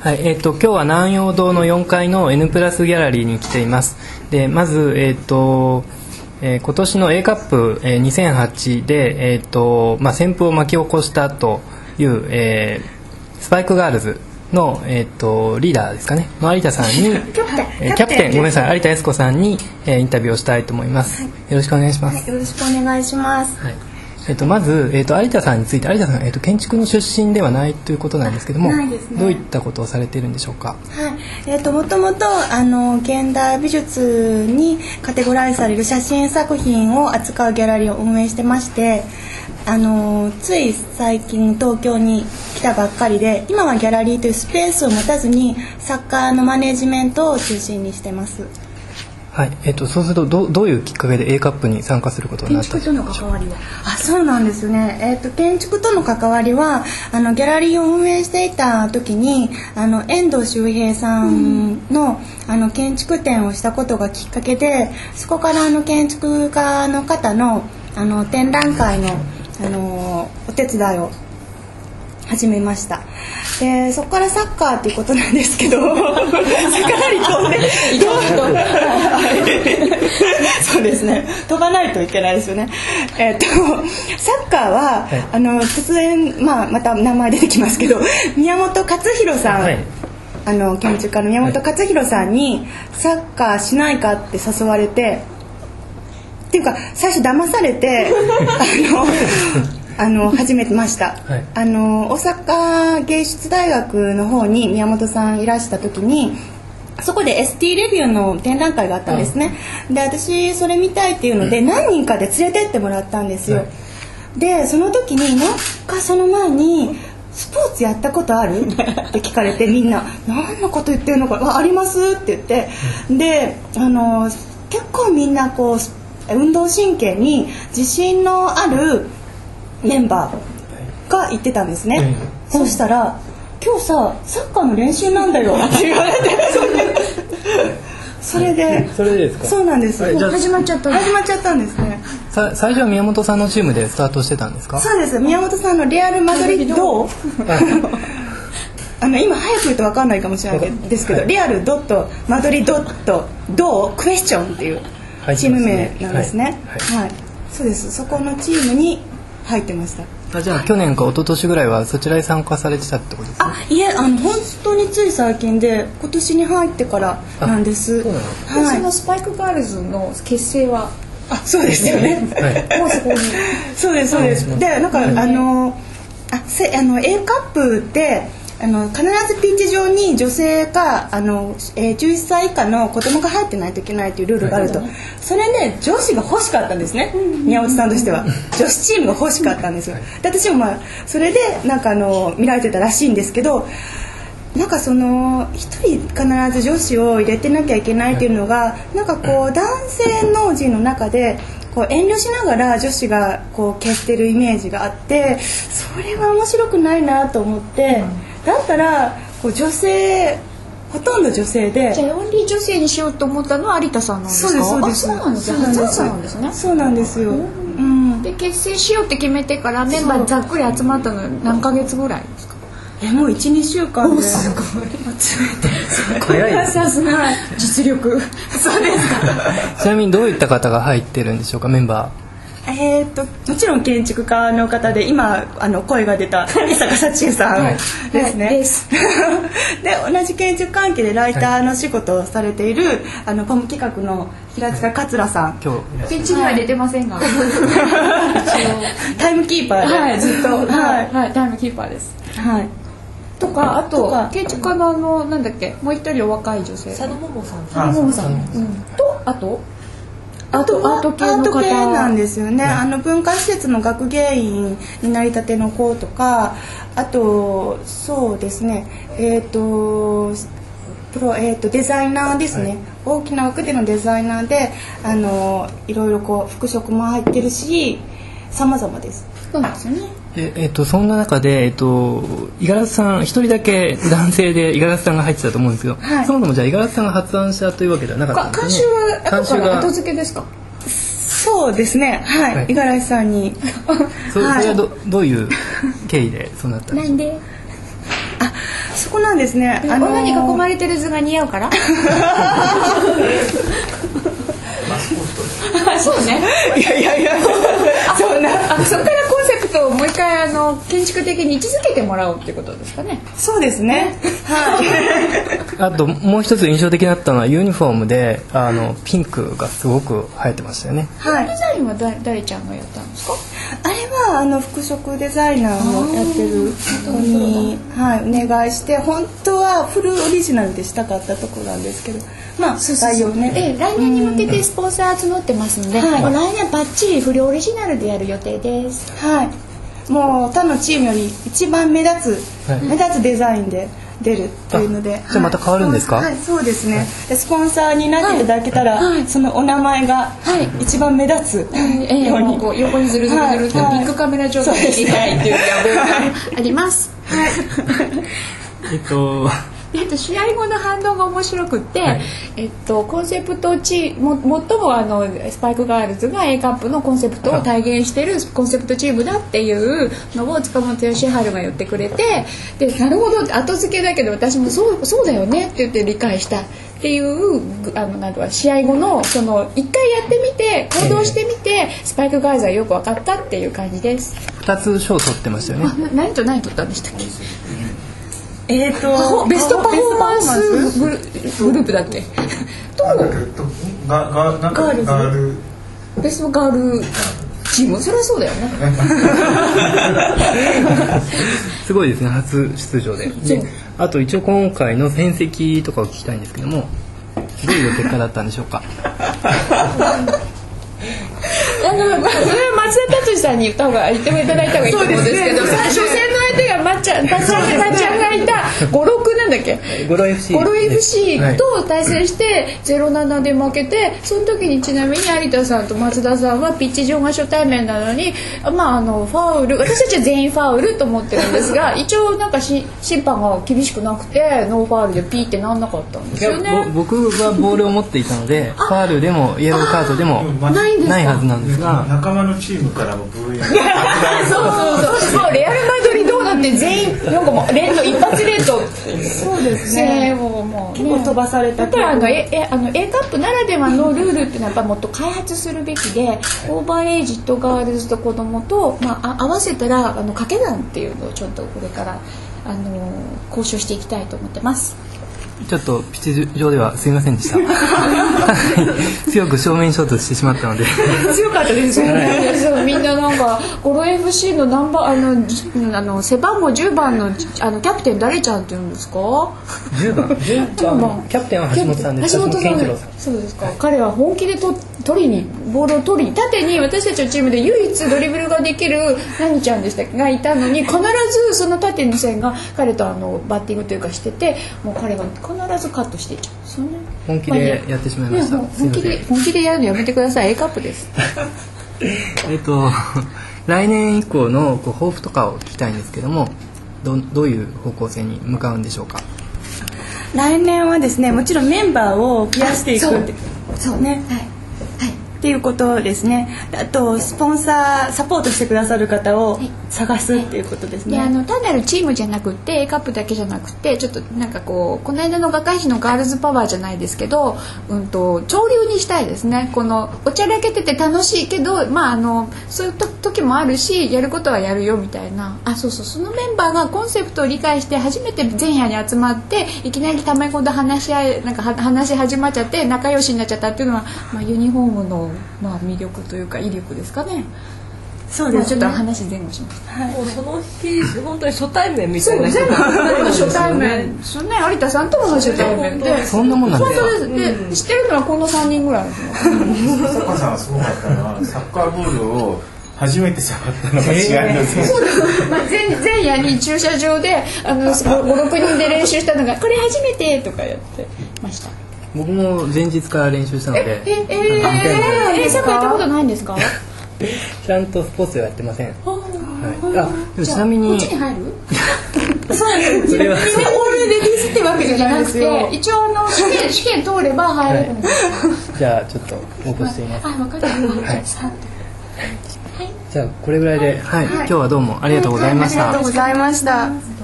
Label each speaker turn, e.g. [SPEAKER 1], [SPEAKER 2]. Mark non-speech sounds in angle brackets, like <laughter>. [SPEAKER 1] はいえー、と今日は南陽堂の4階の N プラスギャラリーに来ていますでまず、えーとえー今年の A カップ、えー2008で、えーとまあ、旋風を巻き起こしたという、えースパイクガールズの、えー、とリーダーですかねの有田さんに
[SPEAKER 2] <laughs> キャプテン
[SPEAKER 1] えーキャプテンごめんなさい有田靖子さんに、えーインタビューをしたいと思います、よろしくお願いします、
[SPEAKER 2] はい、よろしくお願いします。
[SPEAKER 1] はいえっとまず、えっと有田さんについて有田さん、えっと建築の出身ではないということなんですけども、
[SPEAKER 2] ないですね
[SPEAKER 1] どういったことをされているんでしょうか、
[SPEAKER 2] はい、えっ、ともともとあの現代美術にカテゴライズされる写真作品を扱うギャラリーを運営してまして、あのつい最近東京に来たばっかりで、今はギャラリーというスペースを持たずに作家のマネジメントを中心にしてます。
[SPEAKER 1] はいえっとそうするとどうどういうきっかけで A カップに参加することになったんでしょうか
[SPEAKER 3] の関わりは
[SPEAKER 2] あそうなんですよね、えー、と建築との関わりはあのギャラリーを運営していた時にあの遠藤周平さんの,、あの建築展をしたことがきっかけでそこからあの建築家の方のあの展覧会のあのお手伝いを始めましたでそこからサッカーっていうことなんですけどかなり飛んでそうですね飛ばないといけないですよねえっとサッカーは、
[SPEAKER 1] はい
[SPEAKER 2] あの突然、まあ、また名前出てきますけど宮本勝弘さん、
[SPEAKER 1] はい
[SPEAKER 2] あの建築家の宮本勝弘さんにサッカーしないかって誘われてっていうか最初騙されてあのあの始めてました、
[SPEAKER 1] はい
[SPEAKER 2] あの大阪芸術大学の方に宮本さんいらした時にそこで ST レビューの展覧会があったんですね、で私それ見たいっていうので何人かで連れてってもらったんですよ、
[SPEAKER 1] はい
[SPEAKER 2] でその時になんかその前に「スポーツやったこと
[SPEAKER 1] <laughs>
[SPEAKER 2] ある?」って聞かれてみんな「何のこと言ってるのかああります?」って言ってであの結構みんなこうス運動神経に自信のあるメンバーが言ってたんです
[SPEAKER 1] え
[SPEAKER 2] ね、そしたら「今日さサッカーの練習なんだよ」って言
[SPEAKER 1] <laughs>
[SPEAKER 2] われてそれで
[SPEAKER 1] それでですか
[SPEAKER 2] そうなんです、
[SPEAKER 1] はいじゃあ
[SPEAKER 3] 始まっちゃった
[SPEAKER 2] 始まっちゃったんですね
[SPEAKER 1] さ最初は宮本さんのチームでスタートしてたんですか
[SPEAKER 2] そうです宮本さんのレアル・マドリッドあの今早く言うと分かんないかもしれないですけど、
[SPEAKER 1] はい
[SPEAKER 2] レアル・ドットマドリドットドクエスチョンっていう
[SPEAKER 1] 入ってますね
[SPEAKER 2] チーム名なんですね
[SPEAKER 1] はい
[SPEAKER 2] はい、そうですそこのチームに入ってました
[SPEAKER 1] あじゃあ去年か一昨年ぐらいはそちらに参加されてたってことですか
[SPEAKER 2] あいえあの本当につい最近で今年に入ってからなんです
[SPEAKER 1] あそうなの
[SPEAKER 2] はい
[SPEAKER 3] そのスパイクガールズの結成 <laughs> は
[SPEAKER 2] あそうですよね
[SPEAKER 1] <laughs> はい
[SPEAKER 3] もうそこに
[SPEAKER 2] <laughs> そうですそうです。でなんか、あのあせあの A カップってあの必ずピッチ上に女性かあの、えー、11歳以下の子供が入ってないといけないというルールがあると、それね女子が欲しかったんですね、宮本さんとしては女子チームが欲しかったんですよ、で私も、まあ、それでなんかあの見られてたらしいんですけどなんかその一人必ず女子を入れてなきゃいけないっていうのがなんかこう男性の人の中でこう遠慮しながら女子がこう消してるイメージがあってそれは面白くないなと思ってだったらこう女性ほとんど女性で
[SPEAKER 3] じゃあオンリー女性にしようと思ったのは有田さんなんですかあそうなんですね初参加なんですね
[SPEAKER 2] そうなんですよ、うん
[SPEAKER 3] で結成しようって決めてからメンバーざっくり集まったの何ヶ月ぐらいですか
[SPEAKER 2] えもう12週間で集めて
[SPEAKER 1] 早いですね
[SPEAKER 2] すごい
[SPEAKER 3] 実力そうですか
[SPEAKER 1] ちなみにどういった方が入ってるんでしょうかメンバ
[SPEAKER 2] えー、ともちろん建築家の方で今あの声が出た伊坂幸恵さん
[SPEAKER 1] はい
[SPEAKER 2] <laughs> ですね。
[SPEAKER 3] はいです
[SPEAKER 2] で同じ建築関係でライターの仕事をされている、あのパム企画の平塚桂さん
[SPEAKER 1] ー今日いらっし
[SPEAKER 3] ピッチには出てませんが
[SPEAKER 2] <laughs> タイムキーパーで、
[SPEAKER 3] はいずっと
[SPEAKER 2] は
[SPEAKER 3] はいい、はい、タイムキーパーです
[SPEAKER 2] はい、
[SPEAKER 3] とかあ
[SPEAKER 2] と
[SPEAKER 3] と
[SPEAKER 2] か
[SPEAKER 3] 建築家のあのなんだっけもう一人お若い女性佐野桃さん佐野桃さん、うん、とあと
[SPEAKER 2] アート
[SPEAKER 3] アート系の方
[SPEAKER 2] アート系なんですよね、あの文化施設の学芸員になりたての子とかあとそうですねえっ、とプロ、えー、とデザイナーですね、大きな枠でのデザイナーであのいろいろこう服飾も入ってるし様々です
[SPEAKER 3] そうなんですよね
[SPEAKER 1] ゃでえっとそんな中でえっと五十嵐さん一人だけ男性で五十嵐さんが入ってたと思うんですけど、
[SPEAKER 2] はい
[SPEAKER 1] そもそもじゃあ五十嵐さんが発案者というわけではなかった
[SPEAKER 3] か
[SPEAKER 1] んで
[SPEAKER 3] 監
[SPEAKER 1] す
[SPEAKER 3] 修
[SPEAKER 1] ね
[SPEAKER 3] は後
[SPEAKER 1] 監修
[SPEAKER 3] から
[SPEAKER 1] が
[SPEAKER 3] 後付けですか
[SPEAKER 2] そうですね
[SPEAKER 1] は
[SPEAKER 2] はいい五十嵐さ
[SPEAKER 3] <laughs>
[SPEAKER 2] んに
[SPEAKER 1] そそれはどどういう経緯でそうなったんで。
[SPEAKER 3] んで
[SPEAKER 2] そこなんですね。
[SPEAKER 3] あのー、に囲まれてる図が似合うから。そうね。
[SPEAKER 2] いやいやい
[SPEAKER 3] <laughs>
[SPEAKER 2] や。
[SPEAKER 3] そんな。あそこからコンセプトをもう一回あの建築的に位置づけてもらおうってことですかね。
[SPEAKER 2] そうですね。はい
[SPEAKER 1] あともう一つ印象的だったのはユニフォームであのピンクがすごく生えてましたよね。
[SPEAKER 3] はい。デザインはだ誰ちゃんがやったんですか。
[SPEAKER 2] あれはあの服飾デザイナーもやってる子にはいお願いして本当はフルオリジナルでしたかったところなんですけど。まあ、そうそうね、
[SPEAKER 3] で来年に向けてスポンサー募ってますので、はい、もう来年ばっちりフルオリジナルでやる予定です、
[SPEAKER 2] はいもう他のチームより一番目立つ、はい、目立つデザインで出るっていうので
[SPEAKER 1] じゃあまた変わるんですか
[SPEAKER 2] はいそうですね、はスポンサーになっていただけたら、はい、そのお名前が一番目立つ、はい
[SPEAKER 3] ように、こう横にずるずるずるとビッグカメラ状態でいきたいっていう <laughs> 野望がありますはい
[SPEAKER 1] えっと
[SPEAKER 3] えっと、試合後の反応が面白くて、はい、えっと、コンセプトチーム最もあのスパイクガールズが A カップのコンセプトを体現しているコンセプトチームだっていうのを塚本義治が言ってくれてでなるほど後付けだけど私もそうそうだよねって言って理解した。っていうあのなんか試合後のその一回やってみて行動してみて、スパイクガールズはよく分かったっていう感じです
[SPEAKER 1] 2つ賞取ってましたよね
[SPEAKER 3] 何と何取ったんでしたっけ
[SPEAKER 2] え <laughs> ーと、
[SPEAKER 3] とベストパフォーマンスグループだっけと
[SPEAKER 4] ガガガガール
[SPEAKER 3] ベストガールチームそりゃそうだよね
[SPEAKER 1] <laughs>
[SPEAKER 3] <laughs>
[SPEAKER 1] すごいですね初出場でであと一応今回の戦績とかを聞きたいんですけどもどういう結果だったんでしょう <laughs> か
[SPEAKER 3] あの、まあ、それは松田達さんに言った方が言っていただいた方がいいと思うんですけど、ね、初戦の相手がまっちゃん達ちゃんがいた五六なんだっけ
[SPEAKER 1] 五郎 FC,
[SPEAKER 3] ゴロ FC と対戦して0 7で負けてその時にちなみに有田さんと松田さんはピッチ上が初対面なのにまああのファウル私たちは全員ファウルと思ってるんです <laughs> が一応なんかし審判が厳しくなくてノーファウルでピーってなんなかったんですよね
[SPEAKER 1] 僕はボールを持っていたのでファウルでもイエローカードでも
[SPEAKER 3] ないんです
[SPEAKER 1] ないはずなんですが
[SPEAKER 4] 仲間のチームからもブーイング
[SPEAKER 3] そうそうそうそうレアル・マドリードーなんて全員なんかもうレッド一発レッ
[SPEAKER 2] そ
[SPEAKER 3] ド
[SPEAKER 2] うですねもうもう結構飛ばされた
[SPEAKER 3] やっぱりあの A, A, あの A カップならではのルールっていうのはやっぱもっと開発するべきでオーバーエイジとガールズと子供と、まあ、あ合わせたらあの掛け算っていうのをちょっとこれからあの交渉していきたいと思ってます。
[SPEAKER 1] ちょっとピッチ上ではすいませんでした
[SPEAKER 3] <laughs>
[SPEAKER 1] 強く正面衝突してしまったので
[SPEAKER 3] 強かったで
[SPEAKER 2] <laughs>
[SPEAKER 3] すよねみんななんかゴロ FC のナンバーあのあの背番号10番のあのキャプテン誰ちゃんって言うんですか
[SPEAKER 1] 10番1番キャプテンは橋本さんです
[SPEAKER 3] 橋本さんそうですか、はい、彼は本気でと取りにボールを取り縦に私たちのチームで唯一ドリブルができる何ちゃんでしたがいたのに必ずその縦の線が彼とあのバッティングというかしててもう彼が必ずカットしていっちゃうんですよね
[SPEAKER 1] 本気でやってしまいました、
[SPEAKER 3] 本気で本気でやるのやめてください A カップです
[SPEAKER 1] えっと <laughs> 来年以降のこう抱負とかを聞きたいんですけどもどどういう方向性に向かうんでしょうか
[SPEAKER 2] 来年はですねもちろんメンバーを増やしていくってそうね、はいっていうことですねあとスポンサーサポートしてくださる方を探すっていうことですね、
[SPEAKER 3] はい、あの単なるチームじゃなくて A カップだけじゃなくてちょっとなんかこうこの間の学会費のガールズパワーじゃないですけど、うんと、と潮流にしたいですねこのおちゃらけてて楽しいけど、まあ、あのそういう時もあるしやることはやるよみたいなあそうそうそのメンバーがコンセプトを理解して初めて前夜に集まっていきなりため込んで話し合いなんか話始まっちゃって仲良しになっちゃったっていうのは、まあ、ユニフォームのまあ、魅力というか威力ですかね。
[SPEAKER 2] そうです、ね、
[SPEAKER 3] ちょっと話前後しました。
[SPEAKER 5] はい、もうその日本当に初対面みたいな。
[SPEAKER 3] 全部初対面。そんな有田さんとも初対面で。
[SPEAKER 1] そんなもんなん
[SPEAKER 3] ですか。本当です。で、知ってるのはこの三人ぐらい。、
[SPEAKER 4] サッカーさんはすごかったのはサッカーボールを。初めて触ったのが違います、えー、そうです
[SPEAKER 3] まあ、前 <laughs> 前夜に駐車場で56人で練習したのが「これ初めて!」とかやってました。
[SPEAKER 1] 僕も前日から練習したので
[SPEAKER 3] ええええええサッカーやったことないんですか
[SPEAKER 1] ちゃんとスポーツやってません、はい、あでもちなみに
[SPEAKER 3] こっちに入る
[SPEAKER 2] そうなんですよ。オールレディスってわけじゃなくて、
[SPEAKER 3] 一応の試験試験通れば入れるんです、
[SPEAKER 1] はい、じゃあちょっと応募してみます。
[SPEAKER 3] あ、わかった。はい。はい
[SPEAKER 1] じゃあこれぐらいで、はい、はい、今日はどうもありがとうございました。
[SPEAKER 2] ありがとうございました。